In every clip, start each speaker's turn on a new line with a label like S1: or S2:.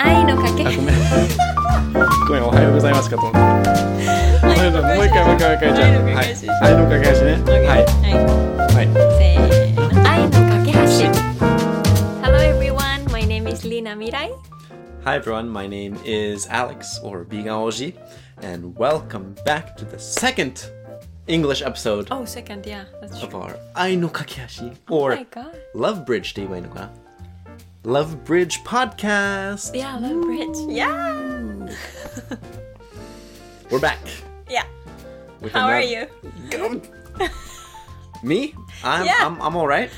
S1: 愛のかけ
S2: あごめんごめんおはようございますかと思った
S1: 愛の
S2: もう
S1: かけ
S2: 一回もう一回もう一回じゃあはいはいどうか返しねはいはい
S1: Hello everyone, my name is Lina Mirai.
S2: Hi everyone, my name is Alex or Bigaoji and welcome back to the second English episode
S1: Oh, second, yeah, that's
S2: of
S1: true.
S2: our Aino Kakehashi or
S1: Oh my god.
S2: Love Bridge って言えばいいのかな Love Bridge Podcast!
S1: Yeah, love bridge. Yeah.
S2: We're back!
S1: Yeah.
S2: with
S1: How are
S2: another-
S1: you?
S2: Me? I'm,
S1: Yeah.
S2: I'm, I'm alright.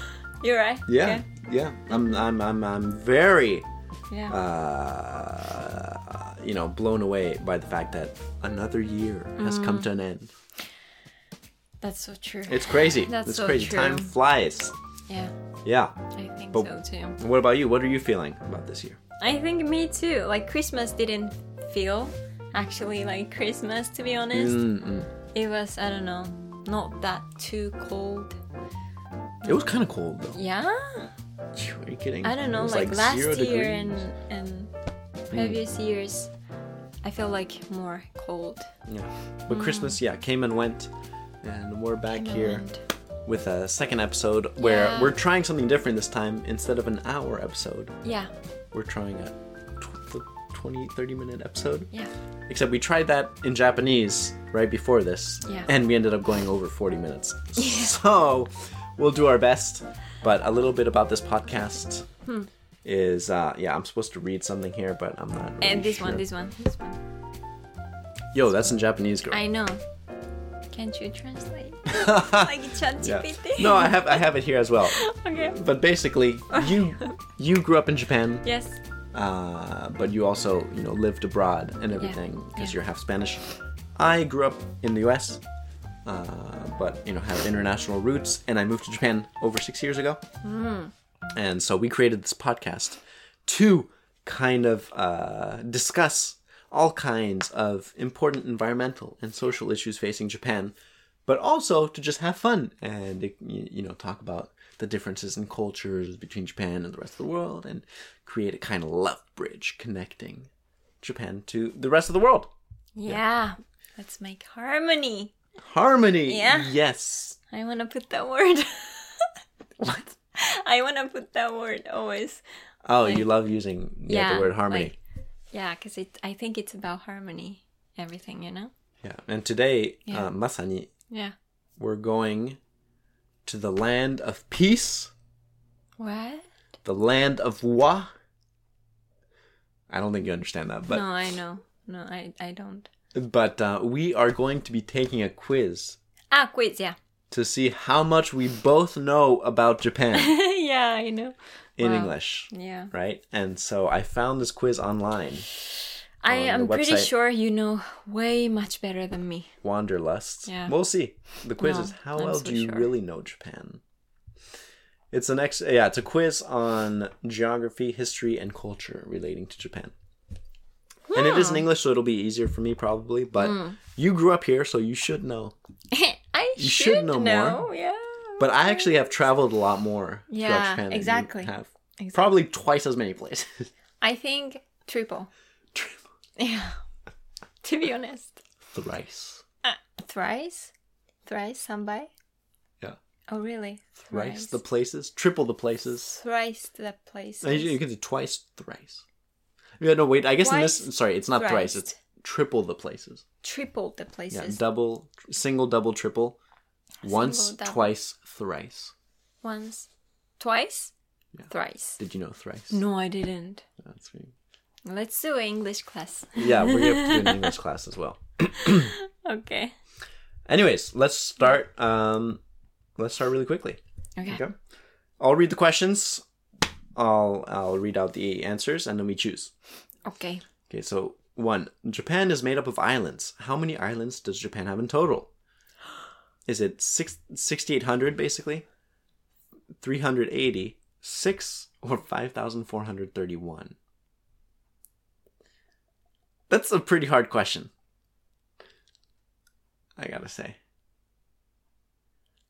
S1: You're right.
S2: Yeah. Yeah. I'm, I'm, I'm, I'm very,
S1: Okay. Yeah.
S2: uh, you know, blown away by the fact that another year has come to an
S1: Mm.
S2: end.
S1: That's so true.
S2: It's crazy.
S1: That's
S2: it's
S1: so
S2: crazy.
S1: true.
S2: Time flies.
S1: Yeah,
S2: Yeah.
S1: I think
S2: But-
S1: so too.
S2: And What about you? What are you feeling about this year?
S1: I think me too. Like Christmas didn't feel actually like Christmas to be honest.
S2: Mm.
S1: It was I don't know, not that too cold.
S2: It was kind of cold though.
S1: Yeah,
S2: Phew, Are you kidding?
S1: I don't
S2: It
S1: know.
S2: was
S1: Like, last year
S2: zero degrees. Hmm.
S1: and and previous years, I feel like more cold.
S2: Yeah. But Christmas, yeah, came and went, and we're back here
S1: Mm. and-
S2: with a second episode where
S1: Yeah.
S2: we're trying something different this time. Instead of an hour episode,
S1: Yeah,
S2: we're trying a tw- 20, 30 minute episode.
S1: yeah,
S2: Except we tried that in Japanese right before this,
S1: Yeah.
S2: and we ended up going over 40 minutes. So we'll do our best. But a little bit about this podcast
S1: Hmm.
S2: is, uh, yeah, I'm supposed to read something here, but I'm not. Really
S1: and this one,
S2: sure.
S1: this one, this one.
S2: Yo, that's in Japanese, girl.
S1: I know. Can't you translate? like
S2: Yeah.
S1: ChatGPT.
S2: No, I have I have it here as well.
S1: okay.
S2: But basically, you you grew up in Japan,
S1: Yes.
S2: uh, but you also you know lived abroad and everything because
S1: yeah.
S2: you're half Spanish. I grew up in the U.S., uh, but you know have international roots, and I moved to Japan over six years ago.
S1: Mm.
S2: And so we created this podcast to kind of uh, discuss all kinds of important environmental and social issues facing Japan, but also to just have fun and y- you know talk about the differences in cultures between Japan and the rest of the world, and create a kind of love bridge connecting Japan to the rest of the world.
S1: yeah. Let's make harmony.
S2: Harmony.
S1: Yeah.
S2: Yes.
S1: I want to put that word.
S2: What?
S1: I want to put that word always.
S2: Oh, you love using yeah,
S1: Yeah,
S2: the word harmony.
S1: like- Yeah, because it. I think it's about harmony. Everything, you know.
S2: yeah. And today,
S1: Yeah.
S2: uh, masani
S1: Yeah.
S2: we're going to the land of peace,
S1: What?
S2: the land of wa. I don't think you understand that, but
S1: no, I know. No, I I don't.
S2: but uh, we are going to be taking a quiz
S1: Ah, quiz. Yeah.
S2: to see how much we both know about Japan
S1: yeah, I know.
S2: in
S1: Wow.
S2: English,
S1: Yeah.
S2: right? And so I found this quiz online,
S1: I
S2: On
S1: am
S2: the
S1: pretty
S2: website.
S1: sure you know way much better than me.
S2: Wanderlust.
S1: Yeah.
S2: We'll see. The quiz
S1: No,
S2: is how
S1: I'm
S2: well
S1: so
S2: do you
S1: sure.
S2: really know Japan? It's an ex yeah, it's a quiz on geography, history, and culture relating to Japan. And it is in English, so it'll be easier for me probably. But
S1: Hmm.
S2: you grew up here, so you should know.
S1: I
S2: You should know more.
S1: Yeah.
S2: But I actually have traveled a lot more. throughout
S1: Yeah,
S2: Japan than you
S1: exactly.
S2: have.
S1: Exactly.
S2: probably twice as many places.
S1: I think triple. Yeah. to be honest,
S2: Thrice.
S1: Ah, thrice, thrice, sambai.
S2: Yeah.
S1: Oh really?
S2: Thrice the places, triple the places.
S1: thrice the place.
S2: And You you can do twice, thrice. Yeah, no, wait. I guess in
S1: Twice,
S2: this, sorry, it's not thrice.
S1: thrice.
S2: It's triple the places.
S1: Triple the
S2: Yeah,
S1: places.
S2: double, single, double, triple. Once,
S1: Single, double.
S2: twice, thrice.
S1: Once, twice,
S2: Yeah.
S1: thrice.
S2: Did you know thrice?
S1: No, I didn't.
S2: That's me.
S1: Let's do an English class.
S2: Yeah, we're gonna have to do an English class as well.
S1: Okay.
S2: Anyways, let's start. Um, let's start really quickly.
S1: Okay.
S2: Okay. I'll read the questions. I'll I'll read out the answers and then we choose.
S1: Okay.
S2: Okay, so one, Japan is made up of islands. How many islands does Japan have in total? Is it six- 6,800 basically? 380, 6, or 5,431? That's a pretty hard question. I gotta say.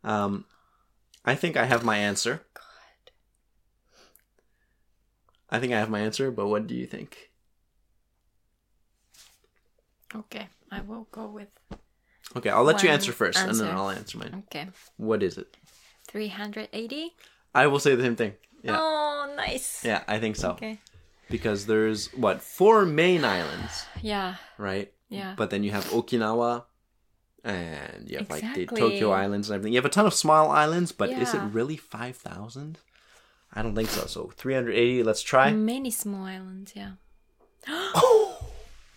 S2: Um, I think I have my answer.
S1: God.
S2: I think I have my answer, but what do you think?
S1: Okay, I will go with
S2: Okay, I'll let you
S1: One
S2: answer first, and then
S1: answer.
S2: I'll answer mine.
S1: okay,
S2: What is it?
S1: 380.
S2: I will say the same thing. Yeah,
S1: Oh, nice.
S2: yeah, I think so.
S1: Okay.
S2: Because there's what four main islands,
S1: Yeah.
S2: right?
S1: Yeah.
S2: But then you have Okinawa, and you have like the
S1: Exactly.
S2: Tokyo islands and everything. You have a ton of small islands, but is it
S1: Yeah.
S2: really five thousand? I don't think so. So three hundred eighty. Let's try.
S1: Many small islands, yeah.
S2: Oh!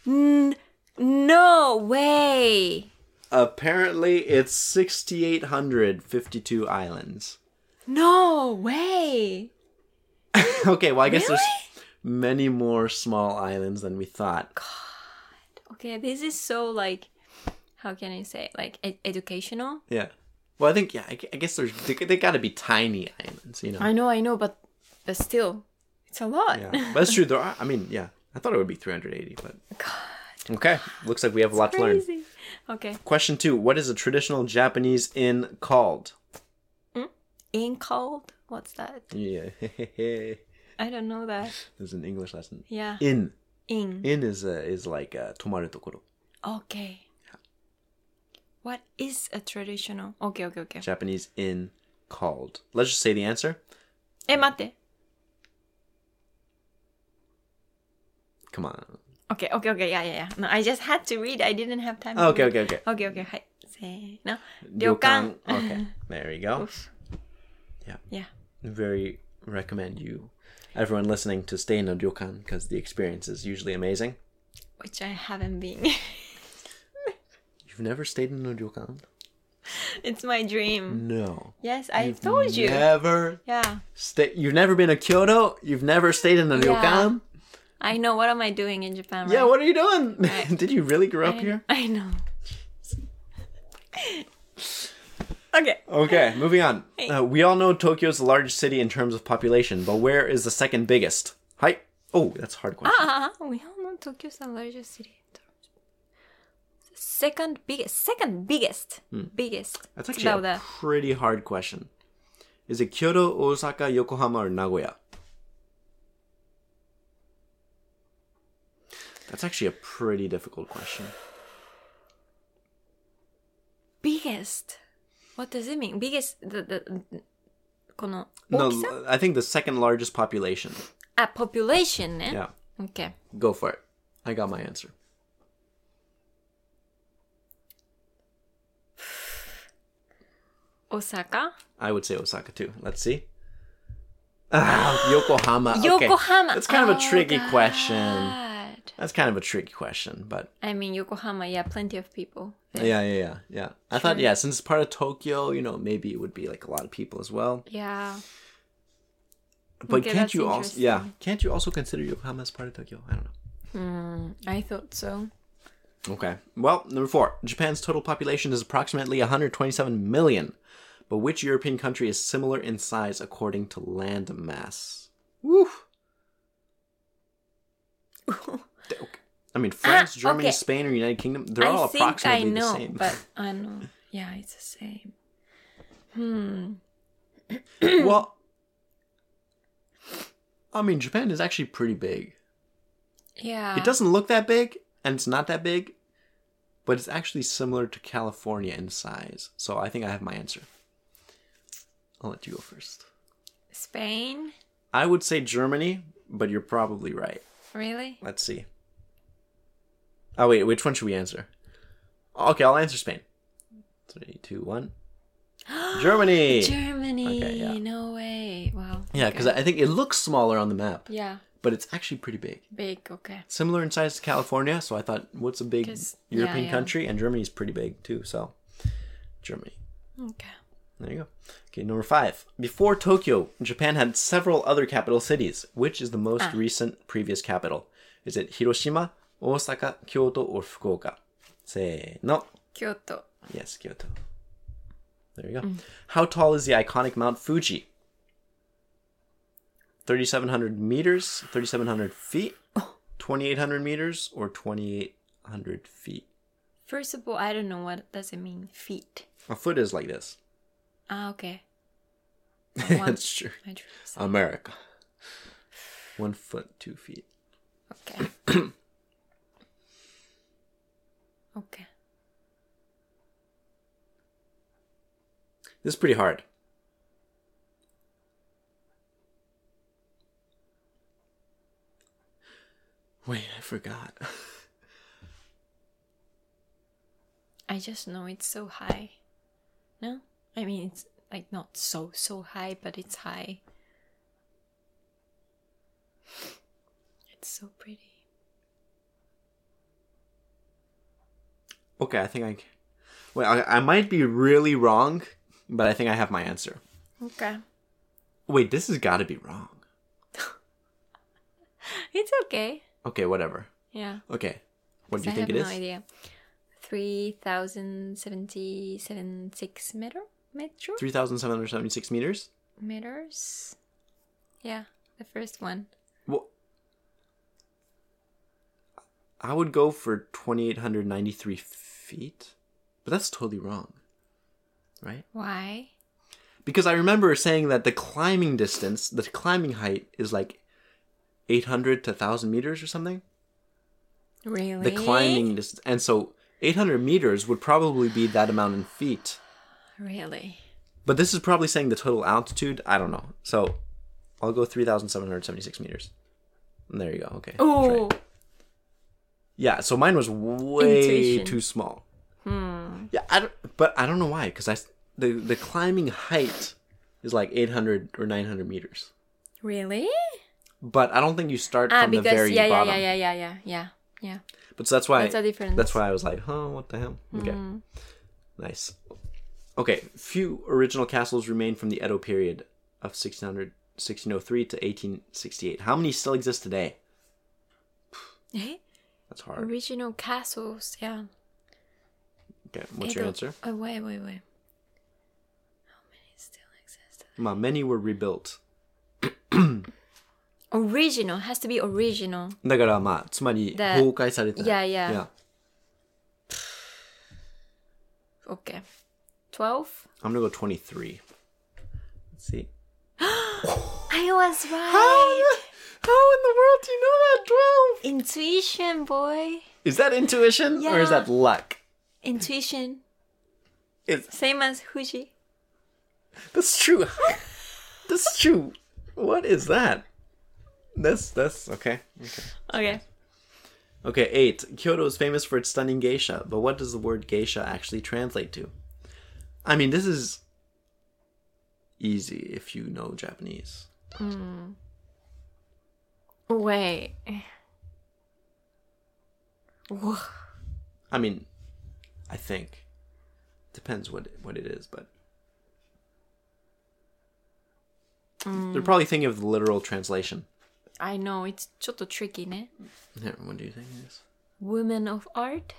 S1: No way.
S2: Apparently, it's sixty eight hundred fifty two islands.
S1: No way.
S2: okay, well, I guess there's many more small islands than we thought.
S1: Okay, this is so like how can I say like ed- educational?
S2: Yeah. Well, I think yeah. I, gu- I guess there's they, they got to be tiny islands, you know.
S1: I know, I know, but but still it's a lot.
S2: Yeah, but that's true. There are. I mean, yeah. I thought it would be 380, but okay. Looks like we have a lot to learn.
S1: Crazy. Okay.
S2: Question two: What is a traditional Japanese inn called?
S1: In cold? What's that?
S2: Yeah, there's
S1: I don't know that.
S2: an English lesson.
S1: Yeah.
S2: Inn.
S1: In.
S2: Inn is uh, is like uh, tomaru tokoro,
S1: Okay. What is a traditional? Okay, okay, okay.
S2: Japanese inn called. Let's just say the answer.
S1: Eh, mate.
S2: Come on.
S1: Okay, okay, okay. Yeah, yeah, yeah. No, I just had to read. I didn't have time. to
S2: Okay,
S1: read.
S2: okay, okay.
S1: Okay, okay. Hi. Say no. Ryokan.
S2: Ryokan. Okay, there you go.
S1: Yeah.
S2: Very recommend you, everyone listening, to stay in a ryokan because the experience is usually amazing.
S1: Which I haven't been.
S2: You've never stayed in a ryokan?
S1: it's my dream.
S2: No.
S1: Yes, I told you.
S2: Never
S1: Yeah.
S2: stay. You've never been to Kyoto. You've never stayed in a
S1: Yeah.
S2: ryokan.
S1: I know. What am I doing in Japan? Right?
S2: Yeah. What are you doing? Did you really grow up
S1: I,
S2: here?
S1: I know. okay.
S2: Okay, moving on. Uh, we all know Tokyo's the largest city in terms of population, but where is the second biggest? Hi. Oh, that's a hard question.
S1: Ah, we all know Tokyo's the largest city. in terms of- Second biggest. Second biggest. Biggest.
S2: Hmm. That's
S1: It's
S2: actually
S1: about that.
S2: a pretty hard question. Is it Kyoto, Osaka, Yokohama, or Nagoya? That's actually a pretty difficult question.
S1: biggest what does it mean biggest the, the, the この大きさ、
S2: No, I think the second largest population.
S1: a population ね、
S2: Yeah,
S1: okay
S2: go for it. I got my answer.
S1: Osaka
S2: I would say Osaka too. Let's see. Ah, Yokohama. Okay.
S1: Yokohama
S2: That's kind of a
S1: Oh,
S2: tricky question.
S1: God.
S2: That's kind of a tricky question, but
S1: I mean Yokohama yeah plenty of people
S2: yeah, yeah, yeah, yeah. I thought, yeah, since it's part of Tokyo, you know, maybe it would be like a lot of people as well.
S1: yeah
S2: But
S1: Okay,
S2: can't
S1: that's
S2: you also, yeah, can't you also consider Yokohama as part of Tokyo? I don't know.
S1: I thought so
S2: Okay. Well, number four, Japan's total population is approximately 127 million, but which European country is similar in size according to land mass? Woo. Okay. I mean, France,
S1: Ah,
S2: Germany,
S1: okay.
S2: Spain, or United Kingdom—they're all
S1: I think I
S2: approximately
S1: know
S2: the same.
S1: but I know yeah it's the same Hmm.
S2: well, I mean, Japan is actually pretty big.
S1: yeah
S2: It doesn't look that big, and it's not that big, but it's actually similar to California in size. So I think I have my answer. I'll let you go first.
S1: Spain
S2: I would say Germany, but you're probably right.
S1: really
S2: Let's see. Oh wait, which one should we answer? Okay, I'll answer Spain. Three, two, one. Germany.
S1: Germany
S2: Okay, yeah.
S1: no way wow
S2: yeah, because I think it looks smaller on the map,
S1: yeah
S2: but it's actually pretty big.
S1: big okay
S2: similar in size to California, so I thought, what's a big
S1: 'Cause- yeah,
S2: European
S1: yeah.
S2: country? And Germany's pretty big too, so Germany.
S1: okay
S2: There you go. Okay, number five. Before Tokyo, Japan had several other capital cities. Which is the most
S1: Ah.
S2: recent previous capital? Is it Hiroshima, Osaka, Kyoto, or Fukuoka? Say no.
S1: Kyoto
S2: Yes, Kyoto. There you go. How tall is the iconic Mount Fuji? 3,700 meters, 3,700 feet, 2,800 meters, or 2,800 feet?
S1: First of all, I don't know what does it mean feet.
S2: A foot is like this.
S1: Ah, okay.
S2: That's true.
S1: I drew-
S2: America. One foot, two feet.
S1: Okay.
S2: This is pretty hard. Wait, I forgot.
S1: I just know it's so high. No? I mean, it's like not so, so high, but it's high. It's so pretty.
S2: Okay, I think I. Wait, I, I might be really wrong, but I think I have my answer.
S1: Okay.
S2: Wait, this has got to be wrong.
S1: It's okay.
S2: Okay, whatever.
S1: Yeah.
S2: Okay, what do
S1: I
S2: you think
S1: have
S2: it is?
S1: no idea. 3,077 six meter? Metro?
S2: Three thousand seven hundred seventy-six meters.
S1: Meters? Yeah, the first one.
S2: Well, I would go for twenty-eight hundred ninety-three feet, but that's totally wrong, right?
S1: Why?
S2: Because I remember saying that the climbing distance, the climbing height, is like eight hundred to thousand meters or something.
S1: Really?
S2: The climbing distance, and so eight hundred meters would probably be that amount in feet.
S1: Really?
S2: But this is probably saying the total altitude. I don't know. So I'll go 3,776 meters. And there you go. Okay. that's right.
S1: Oh,
S2: Yeah. So mine was way
S1: Intuition.
S2: too small. Hmm. Yeah. I don't, but I don't know why. Because I s- the the climbing height is like 800 or 900 meters.
S1: really?
S2: But I don't think you start
S1: Ah,
S2: from the
S1: because
S2: very
S1: yeah, yeah,
S2: bottom.
S1: yeah, yeah, yeah, yeah, yeah, yeah.
S2: But so that's why
S1: That's a difference. Mm-hmm.
S2: That's why I was like, huh, what the hell? Okay. Nice. Okay, few original castles remain from the Edo period of 1600, 1603 to 1868. How many still exist today?
S1: Eh?
S2: That's hard.
S1: Original castles, yeah.
S2: Okay, what's your
S1: Edo-
S2: answer?
S1: Oh, wait, wait, wait. How many still exist?
S2: Ma, many were rebuilt.
S1: Original has to be original.
S2: だからまあ、つまり、
S1: The-
S2: 崩壊されてない。
S1: Yeah, yeah.
S2: Yeah.
S1: Okay. 12?
S2: I'm gonna go 23. Let's see.
S1: I was right.
S2: How in the world do you know that 12?
S1: Intuition, boy.
S2: Is that intuition or is
S1: Yeah.
S2: that luck?
S1: Intuition.
S2: Is
S1: Same as Fuji.
S2: That's true. that's true. What is that? That's that's okay.
S1: Okay.
S2: Okay, eight. Kyoto is famous for its stunning geisha, but what does the word geisha actually translate to? I mean, this is easy if you know Japanese.
S1: Wait. Whoa.
S2: I mean, I think depends what what it is, but they're probably thinking of the literal translation.
S1: I know, it's ちょっと tricky ね。
S2: Yeah, What do you think it is?
S1: Woman of art?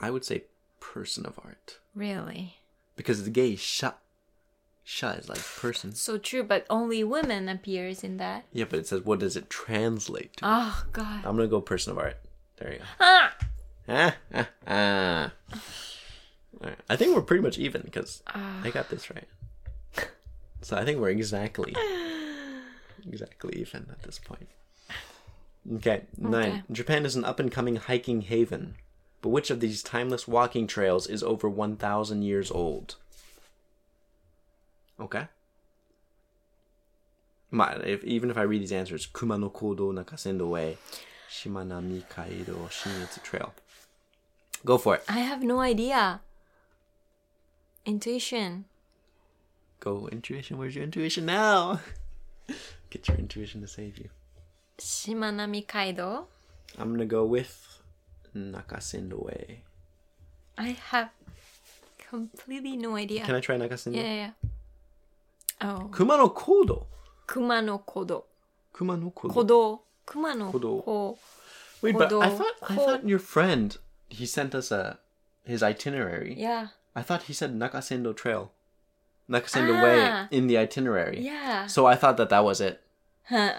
S2: I would say person of art.
S1: Really?
S2: because the gay sha sha is like person.
S1: So true, but only women appears in that.
S2: Yeah, but it says what does it translate to?
S1: Oh, God.
S2: I'm gonna go person of art. There you go.
S1: Ah!
S2: Ah, ah, ah. All right. I think we're pretty much even because I got this right. So I think we're exactly exactly even at this point. Okay, nine.
S1: Okay.
S2: Japan is an up and coming hiking haven. But which of these timeless walking trails is over 1,000 years old? Okay. My, if, even if I read these answers, Kuma no Kodo Nakasendo Way, Shimanami Kaido Shinetsu Trail. Go for it.
S1: I have no idea. Intuition.
S2: Go intuition. Where's your intuition now? Get your intuition to save you.
S1: Shimanami Kaido.
S2: I'm gonna go with Nakasendo Way.
S1: I have completely no idea.
S2: Can I try Nakasendo?
S1: Yeah, yeah, yeah. Oh.
S2: Kuma no Kodo.
S1: Kuma no Kodo.
S2: Kuma no Kodo.
S1: Kodo. Kuma no
S2: Kodo.
S1: Ko.
S2: Wait, but I
S1: Kodo.
S2: thought I
S1: Ko-
S2: thought your friend he sent us a his itinerary.
S1: Yeah.
S2: I thought he said Nakasendo Trail, Nakasendo Way
S1: Ah.
S2: in the itinerary.
S1: Yeah.
S2: So I thought that that was it,
S1: Huh.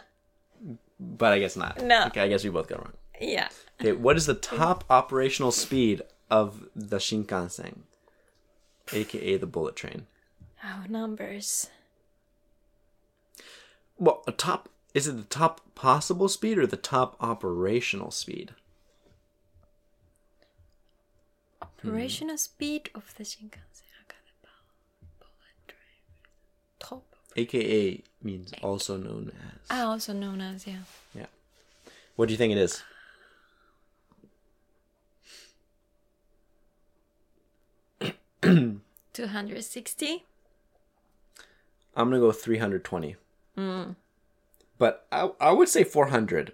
S2: but I guess not.
S1: No.
S2: Okay, I guess we both got it wrong.
S1: Yeah.
S2: Okay, what is the top operational speed of the Shinkansen, aka the bullet train?
S1: Oh, numbers.
S2: Well, a top is it the top possible speed or the top operational speed?
S1: Hmm. Operational speed of the Shinkansen. I got a bu- bullet
S2: AKA means also known as.
S1: Ah, also known as, yeah.
S2: Yeah. What do you think it is?
S1: Two hundred sixty.
S2: I'm gonna go 320. But I, I would say 400.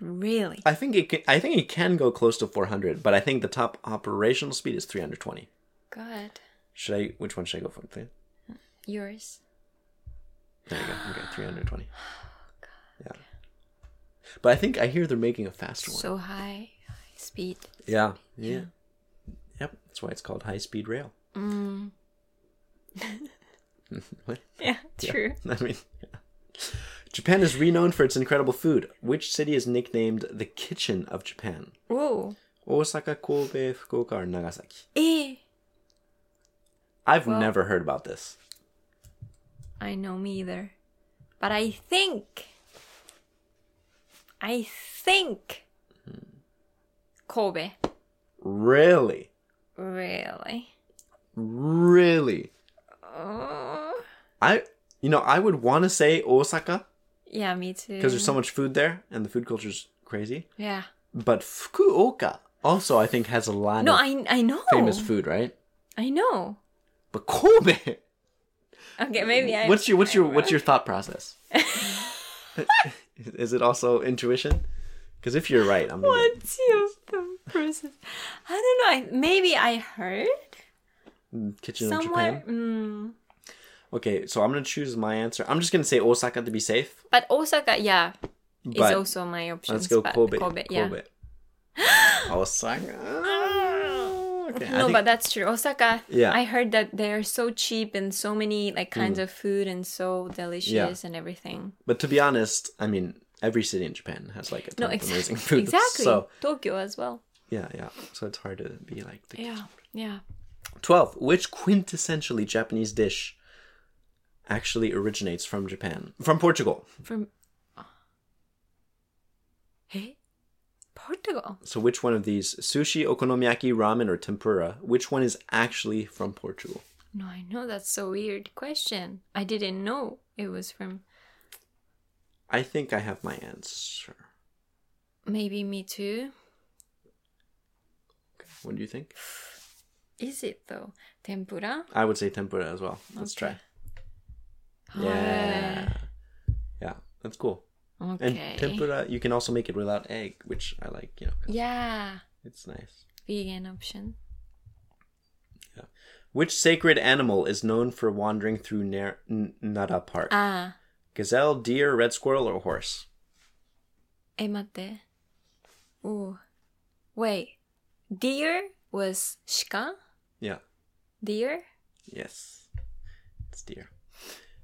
S1: Really?
S2: I think it can, I think it can go close to 400, but I think the top operational speed is 320.
S1: Good.
S2: Should I? Which one should I go for? Three-
S1: Yours.
S2: There you go. Okay, 320. Yeah. But I think I hear they're making a faster one.
S1: So high, high speed.
S2: Yeah. Yeah. Yep. That's why it's called high speed rail. Mm. what?
S1: Yeah, true.
S2: I mean, yeah. Japan is renowned for its incredible food. Which city is nicknamed the kitchen of Japan?
S1: Whoa.
S2: Osaka, Kobe, Fukuoka, or Nagasaki?
S1: Eh.
S2: I've never heard about this.
S1: I know me either. But I think. I think. Hmm. Kobe.
S2: Really?
S1: Really?
S2: Really?
S1: Oh.
S2: I, you know, I would want to say Osaka
S1: Yeah, me too.
S2: because there's so much food there and the food culture's crazy.
S1: Yeah.
S2: But Fukuoka also, I think, has a lot
S1: No,
S2: of
S1: I I know.
S2: famous food, right?
S1: I know.
S2: But Kobe.
S1: Okay, maybe I.
S2: what's your what's your what's your thought process? Is it also intuition? Because if you're right, I'm gonna-
S1: What's your thought process? I don't know. I, maybe I heard
S2: kitchen of
S1: somewhere.
S2: Japan.
S1: Mm.
S2: Okay, so I'm gonna choose my answer. I'm just gonna say Osaka to be safe.
S1: But Osaka, yeah, is
S2: But
S1: also my option.
S2: let's go Kobe.
S1: Kobe, yeah.
S2: Osaka. Okay, I
S1: No,
S2: think-
S1: but that's true. Osaka.
S2: Yeah. Mm.
S1: I heard that they're so cheap and so many like kinds of food and so delicious and everything.
S2: But to be honest, I mean, every city in Japan has like a ton
S1: No,
S2: of
S1: exactly.
S2: amazing food.
S1: Exactly.
S2: So
S1: Tokyo as well.
S2: yeah, yeah. So it's hard to be like the
S1: Yeah. Yeah.
S2: twelve. Which quintessentially Japanese dish actually originates from Japan, from Portugal?
S1: From. uh, Hey, Portugal.
S2: So which one of these sushi, okonomiyaki, ramen, or tempura? Which one is actually from Portugal?
S1: No, I know that's so weird question. I didn't know it was from.
S2: I think I have my answer.
S1: Maybe me too.
S2: Okay. What do you think?
S1: Is it though? Tempura.
S2: I would say tempura as well. Let's
S1: Okay.
S2: try. Yeah. Yeah, that's cool. And
S1: Ah, Okay.
S2: tempura, you can also make it without egg, which I like, you know, 'cause
S1: Yeah.
S2: it's nice.
S1: Vegan option.
S2: Which sacred animal is known for wandering through Nar- N- Nara Park?
S1: Ah,
S2: Gazelle, deer, red squirrel, or horse?
S1: eh, mate. Ooh. Wait. Deer was shika?
S2: Yeah.
S1: Deer?
S2: Yes. It's deer.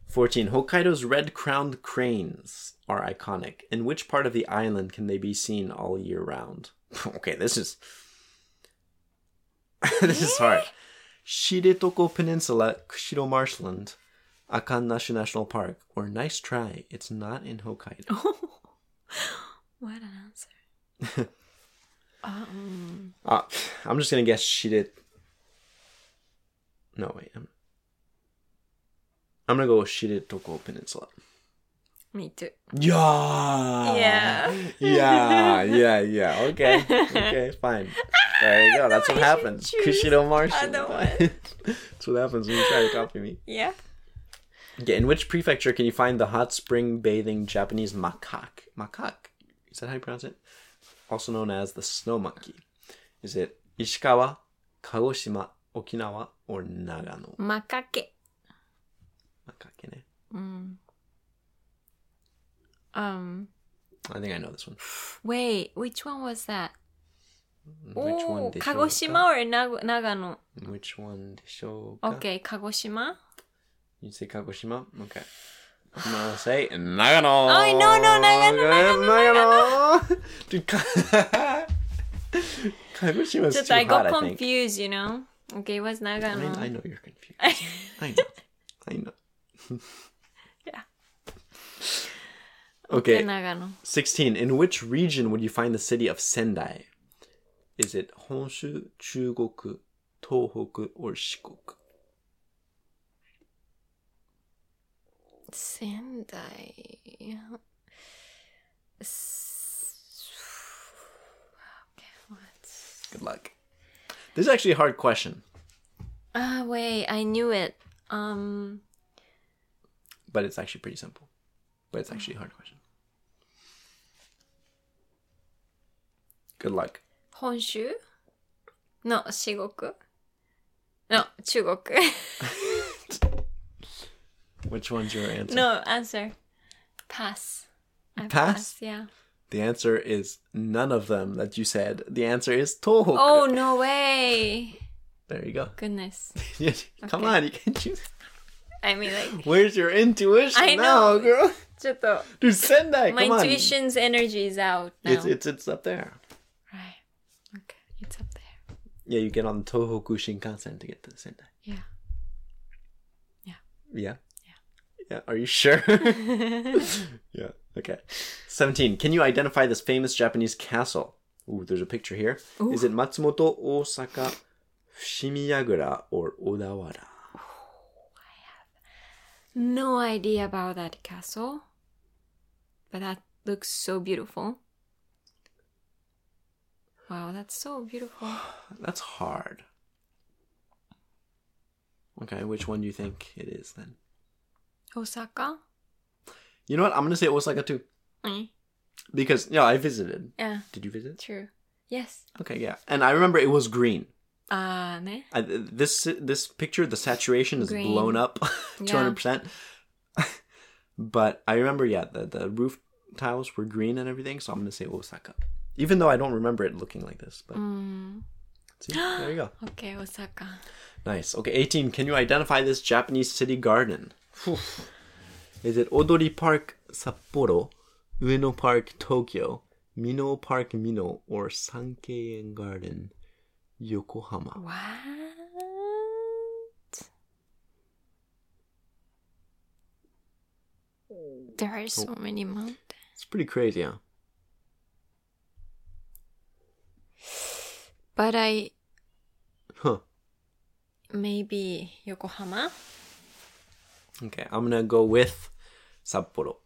S2: 14. Hokkaido's red crowned cranes are iconic. In which part of the island can they be seen all year round? okay, this is. this is hard. Shiretoko Peninsula, Kushiro Marshland, Akan Nashi National Park, or nice try, it's not in Hokkaido.
S1: what an answer. um,
S2: Uh, I'm just gonna guess Shire. No, wait. I'm, I'm gonna go with Shiretoko Peninsula.
S1: me too.
S2: Yeah.
S1: Yeah.
S2: Yeah. Yeah. Yeah. Okay. Okay. Fine. There you go. That's what
S1: I should
S2: happens.
S1: choose
S2: Kushido Marshall.
S1: other one.
S2: That's what happens when you try to copy me.
S1: Yeah.
S2: Okay. In which prefecture can you find the hot spring bathing Japanese macaque? Macaque. Is that how you pronounce it? Also known as the snow monkey. Is it Ishikawa, Kagoshima, Okinawa, or Nagano?
S1: Makake.
S2: Macaque. ne?
S1: Mm. Um,
S2: I think I know this one.
S1: wait, which one was that?
S2: Which one?
S1: Oh,
S2: deshouka?
S1: Kagoshima or Nag- Nagano?
S2: Which one? deshouka?
S1: Okay, Kagoshima.
S2: You say Kagoshima? Okay. I'm gonna say Nagano.
S1: Oh, no, no, Nagano,
S2: Nagano, Nagano. Dude, Ka- Kagoshima's
S1: Just
S2: too
S1: I
S2: hot,
S1: got
S2: I think.
S1: confused, you know? Okay, it was
S2: I, mean, I
S1: Nagano.
S2: know you're confused. I know. I know.
S1: Yeah. uh,
S2: Okay,
S1: Nagano.
S2: 16. In which region would you find the city of Sendai? Is it Honshu, Chugoku, Tohoku, or Shikoku?
S1: Sendai. S- Okay, what?
S2: Good luck. This is actually a hard question,
S1: Ah, wait, I knew it. Um,
S2: but it's actually pretty simple. But it's actually a hard question. Good luck.
S1: Honshu? No, Shigoku? No, Chugoku.
S2: Which one's your answer?
S1: no, answer. Pass. I
S2: Pass?
S1: Yeah.
S2: The answer is none of them that you said. The answer is Tohoku.
S1: Oh, no way.
S2: There you go.
S1: Goodness.
S2: Come
S1: Okay.
S2: on, you can choose.
S1: I mean, like,
S2: Where's your intuition
S1: I
S2: now,
S1: know.
S2: girl?
S1: ちょっと、
S2: Dude, Sendai,
S1: my
S2: come on.
S1: intuition's energy is out now.
S2: It's, it's it's up there.
S1: Right. Okay, it's up there.
S2: Yeah, you get on Tohoku Shinkansen to get to Sendai.
S1: Yeah.
S2: Yeah. Yeah. Yeah. Are you sure? yeah. Okay. Seventeen. Can you identify this famous Japanese castle? Ooh, there's a picture here. Is it Matsumoto, Osaka, Shimiyagura, or Odawara?
S1: No idea about that castle. But that looks so beautiful. Wow, that's so beautiful.
S2: That's hard. Okay, which one do you think it is then?
S1: Osaka?
S2: You know what? I'm gonna say Osaka too
S1: Mm.
S2: because yeah, I visited.
S1: Yeah,
S2: Did you visit?
S1: true. Yes.
S2: Okay, yeah, and I remember it was green.
S1: Ah, ne?
S2: I, this this picture, the saturation is
S1: Green.
S2: blown up,
S1: Yeah.
S2: two hundred percent. But I remember, yeah, the the roof tiles were green and everything, so I'm gonna say Osaka, even though I don't remember it looking like this. But
S1: Mm.
S2: see, there you go,
S1: Okay, Osaka.
S2: nice. Okay, eighteen. Can you identify this Japanese city garden? Phew. Is it Odori Park Sapporo, Ueno Park Tokyo, Mino Park Mino, or Sankeien Garden, Yokohama?
S1: What? There are so
S2: Oh.
S1: many mountains.
S2: It's pretty crazy, huh?
S1: But I
S2: Huh.
S1: maybe Yokohama?
S2: Okay, I'm gonna go with Sapporo.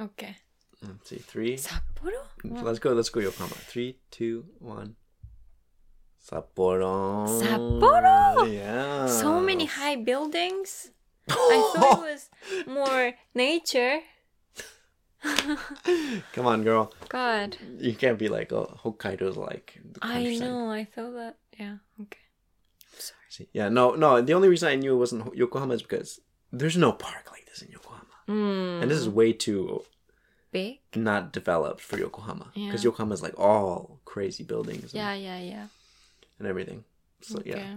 S1: Okay.
S2: Let's see, three.
S1: Sapporo?
S2: Let's go. Let's go Yokohama. Three, two, one. Sapporo.
S1: Sapporo!
S2: Yeah.
S1: so many high buildings.
S2: Oh.
S1: I thought it was more nature.
S2: Come on, girl.
S1: God,
S2: You can't be like, oh, Hokkaido's like. The
S1: I
S2: countryside."
S1: know. I thought that. Yeah. Okay.
S2: See, yeah, no, no. The only reason I knew it wasn't Ho- Yokohama is because there's no park like this in Yokohama,
S1: Mm,
S2: and this is way too
S1: big.
S2: not developed for Yokohama because
S1: Yeah.
S2: Yokohama's like all crazy buildings and,
S1: Yeah, yeah, yeah.
S2: and everything. So
S1: Okay.
S2: yeah.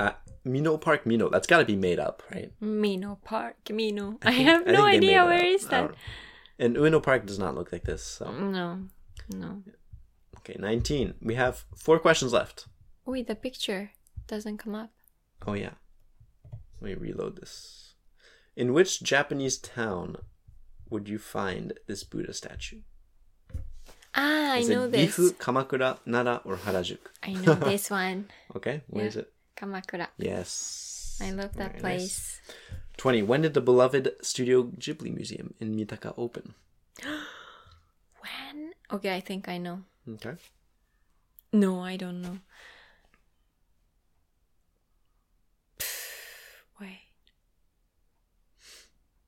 S2: Uh, Mino Park Mino. That's got to be made up, right?
S1: Mino Park. Mino. I,
S2: think-
S1: have no
S2: think they
S1: idea
S2: made
S1: where
S2: up.
S1: is
S2: I don't
S1: that.
S2: know. And Ueno Park does not look like this. So
S1: No, no.
S2: okay, nineteen. We have four questions left.
S1: Wait, the picture doesn't come up.
S2: Oh yeah. Let me reload this. In which Japanese town would you find this Buddha statue?
S1: Ah, I
S2: Is
S1: know
S2: it
S1: this.
S2: Gifu, Kamakura, Nara, or Harajuku?
S1: I know this one.
S2: Okay, where
S1: Yeah.
S2: is it?
S1: Kamakura.
S2: Yes.
S1: I love that
S2: Very nice.
S1: place.
S2: 20. When did the beloved Studio Ghibli Museum in Mitaka open?
S1: When? Okay, I think I know.
S2: Okay.
S1: No, I don't know. Wait.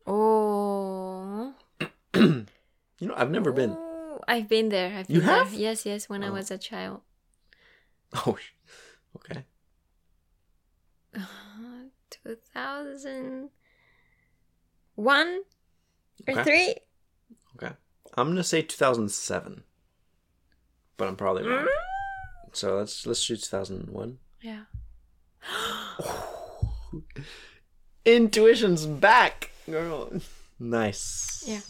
S1: Oh.
S2: You know, I've never been.
S1: Oh, I've been there. I've
S2: You
S1: been there.
S2: have?
S1: Yes, yes, when I
S2: Oh.
S1: was a child.
S2: Oh, sh- okay.
S1: Uh, 2001 or
S2: Okay.
S1: 3?
S2: Okay. I'm gonna say 2007, but I'm probably wrong.
S1: Mm.
S2: So let's let's do 2001.
S1: Yeah.
S2: Intuition's back, girl. Nice.
S1: Yeah.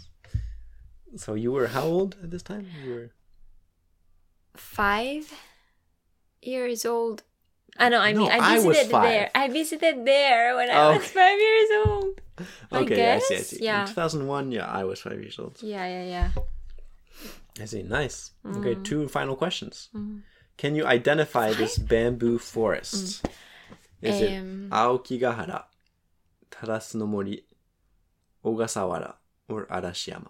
S2: So you were how old at this time? You were
S1: 5 years old. I know, I
S2: No,
S1: mean, I
S2: I was
S1: visited
S2: five.
S1: there. I visited there when I
S2: Oh.
S1: was 5 years old. I
S2: I see. I
S1: guess,
S2: see.
S1: yeah.
S2: In 2001, yeah, I was five years old.
S1: Yeah, yeah, yeah.
S2: I see. Nice. Okay, two final questions.
S1: Mm.
S2: Can you identify this bamboo forest? Is it
S1: Mm. Um,
S2: Aokigahara, Tarasnomori, Ogasawara, or Arashiyama?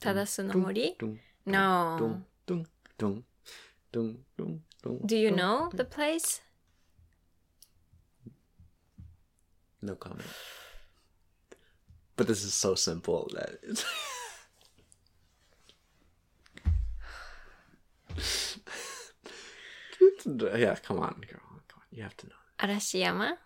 S1: Tadasu no Mori?
S2: Dun,
S1: No.
S2: dun, dun, dun, dun, dun, dun.
S1: Do you know the place?
S2: No comment. But this is so simple that it's... yeah, come on, girl, come on, you have to know.
S1: Arashiyama?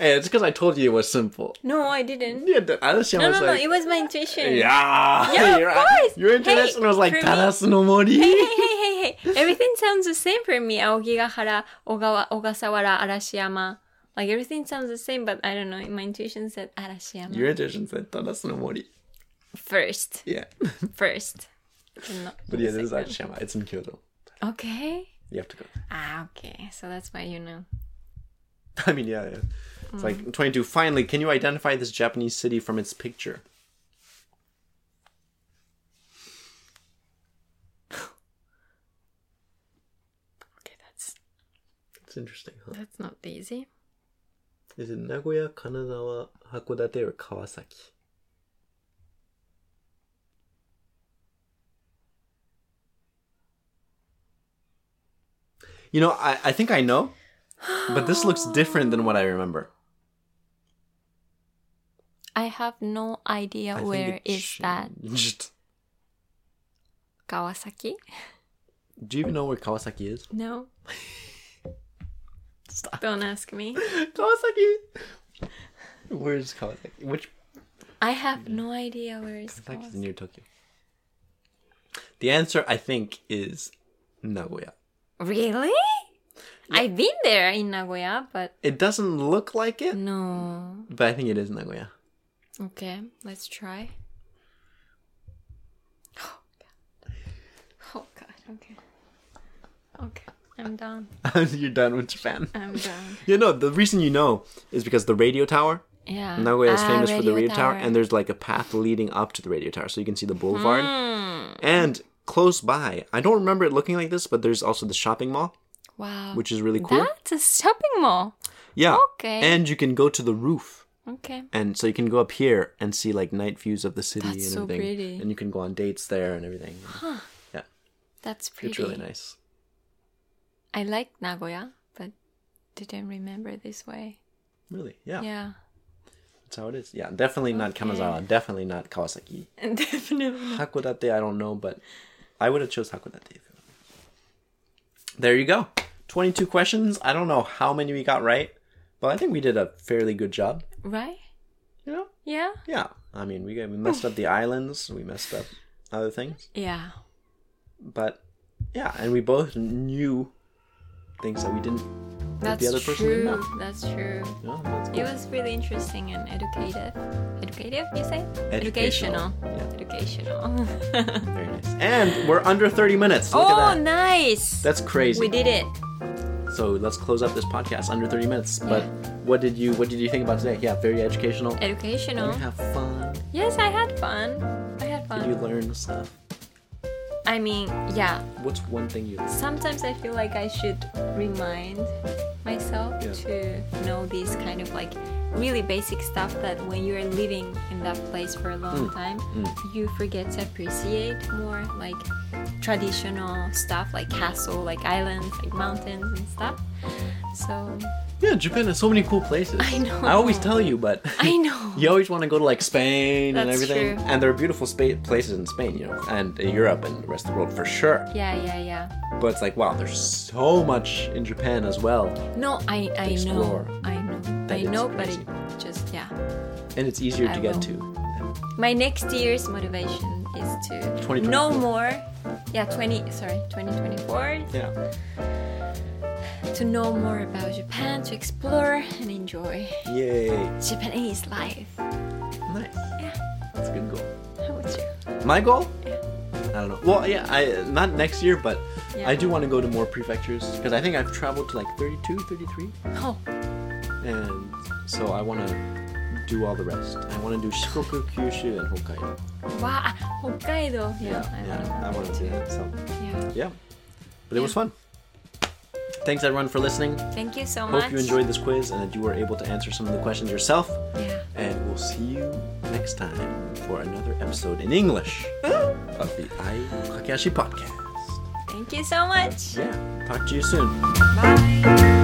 S2: Hey, it's because I told you it was simple.
S1: No, I didn't.
S2: Yeah, the Arashiyama
S1: No, no,
S2: was
S1: no.
S2: like,
S1: It was my intuition.
S2: yeah,
S1: Yeah, of
S2: you're,
S1: course.
S2: you're interested.
S1: Hey,
S2: and I was like,
S1: for me-
S2: Tarasu no mori.
S1: Hey, hey, hey, hey, hey. Everything sounds the same for me. Aokigahara, Ogawa, Ogasawara, Arashiyama. Like everything sounds the same, but I don't know. My intuition said Arashiyama
S2: Your intuition said Tarasu no mori.
S1: first.
S2: Yeah,
S1: First. No,
S2: but yeah, this is
S1: second.
S2: Arashiyama. It's in Kyoto.
S1: Okay.
S2: You have to go.
S1: Ah, okay. So that's why you know.
S2: I mean, yeah, yeah. It's like 22. Finally, can you identify this Japanese city from its picture?
S1: Okay, that's
S2: It's interesting, huh?
S1: that's not easy.
S2: Is it Nagoya, Kanagawa, Hakodate, or Kawasaki? You know, I, I think I know, but this looks different than what I remember.
S1: I have no idea
S2: I think
S1: where
S2: it
S1: is that
S2: changed.
S1: Kawasaki.
S2: Do you even know where Kawasaki is?
S1: No.
S2: Stop.
S1: Don't ask me.
S2: Kawasaki! Where is Kawasaki? Which
S1: I have no idea where is
S2: Like it's
S1: Kawasaki.
S2: near Tokyo. The answer, I think, is Nagoya.
S1: Really? I've been there in Nagoya, but
S2: It doesn't look like it,
S1: no.
S2: but I think it is Nagoya.
S1: Okay, let's try. Oh god. Oh god. Okay. Okay. I'm done.
S2: You're done with Japan.
S1: I'm done.
S2: You know, the reason you know is because the radio tower,
S1: Yeah.
S2: Nagoya is
S1: Ah,
S2: famous for the radio tower. and there's like a path leading up to the radio tower, so you can see the boulevard.
S1: Hmm.
S2: And close by, I don't remember it looking like this, but there's also the shopping mall,
S1: wow.
S2: which is really cool.
S1: That's a shopping mall.
S2: yeah.
S1: okay.
S2: And you can go to the roof.
S1: Okay.
S2: and so you can go up here and see like night views of the city
S1: That's
S2: and
S1: so
S2: everything
S1: pretty.
S2: and you can go on dates there and everything yeah
S1: That's pretty.
S2: it's really nice
S1: I like Nagoya, but didn't remember this way.
S2: really yeah.
S1: Yeah.
S2: that's how it is yeah definitely not kanazawa definitely not kawasaki
S1: And Definitely.
S2: hakodate i don't know but i would have chose hakodate if it- there you go 22 questions i don't know how many we got right but i think we did a fairly good job
S1: Right?
S2: you know
S1: Yeah?
S2: yeah i mean we, got- we messed up the islands we messed up other things
S1: Yeah.
S2: but yeah, and we both knew things that we didn't.
S1: That's
S2: other person didn't
S1: true.
S2: know.
S1: That's true.
S2: You know, that's
S1: It
S2: cool.
S1: was really interesting and educative. Educative, you say?
S2: Educational.
S1: Educational.
S2: Yeah,
S1: Educational.
S2: very nice. And we're under 30 minutes. Look
S1: oh,
S2: at that.
S1: nice.
S2: That's crazy.
S1: we did it.
S2: So let's close up this podcast under 30 minutes. But what did you what did you think about today? Yeah, very educational. Did
S1: Educational.
S2: you have fun?
S1: Yes, I had fun. I had
S2: Did
S1: fun.
S2: you learn stuff?
S1: I mean, yeah.
S2: What's one thing you
S1: Sometimes I feel like I should remind myself
S2: Yeah.
S1: to know these kind of like really basic stuff that when you're living in that place for a long
S2: Hmm.
S1: time, you forget to appreciate more like traditional stuff like castle, like islands, like mountains and stuff. So
S2: Yeah, Japan has so many cool places.
S1: I know.
S2: I always tell you, but
S1: I know.
S2: You always want to go to like Spain and
S1: That's
S2: everything,
S1: true.
S2: and there are beautiful spa- places in Spain, you know, and in Europe and the rest of the world for sure.
S1: Yeah, yeah, yeah.
S2: But it's like, wow, there's so much in Japan as well.
S1: No, I I know.
S2: Explore.
S1: I know.
S2: That
S1: I
S2: is
S1: know, but
S2: crazy.
S1: it just yeah.
S2: And it's easier
S1: I
S2: to get
S1: will.
S2: to.
S1: My next year's motivation is to
S2: 2024.
S1: no more. Yeah, 20 sorry, 2024
S2: Yeah.
S1: to know more about Japan, to explore and enjoy
S2: Yay.
S1: Japanese life.
S2: Nice.
S1: Yeah.
S2: That's a good goal.
S1: How about you?
S2: My goal?
S1: Yeah.
S2: I don't know. Well, yeah, I not next year, but
S1: Yeah.
S2: I do want to go to more prefectures because I think I've traveled to like 32, 33,
S1: Oh,
S2: and so I want to do all the rest. I want to do Shikoku, Kyushu, and Hokkaido.
S1: Wow, ah, Hokkaido. Yeah, I
S2: yeah, I
S1: wanna
S2: want to do that. So,
S1: Yeah.
S2: yeah. But it was
S1: Yeah.
S2: fun. Thanks everyone for listening.
S1: Thank you so much.
S2: Hope you enjoyed this quiz and that you were able to answer some of the questions yourself.
S1: Yeah.
S2: And we'll see you next time for another episode in English of the I Kakashi podcast.
S1: Thank you so much.
S2: Yeah, talk to you soon.
S1: Bye.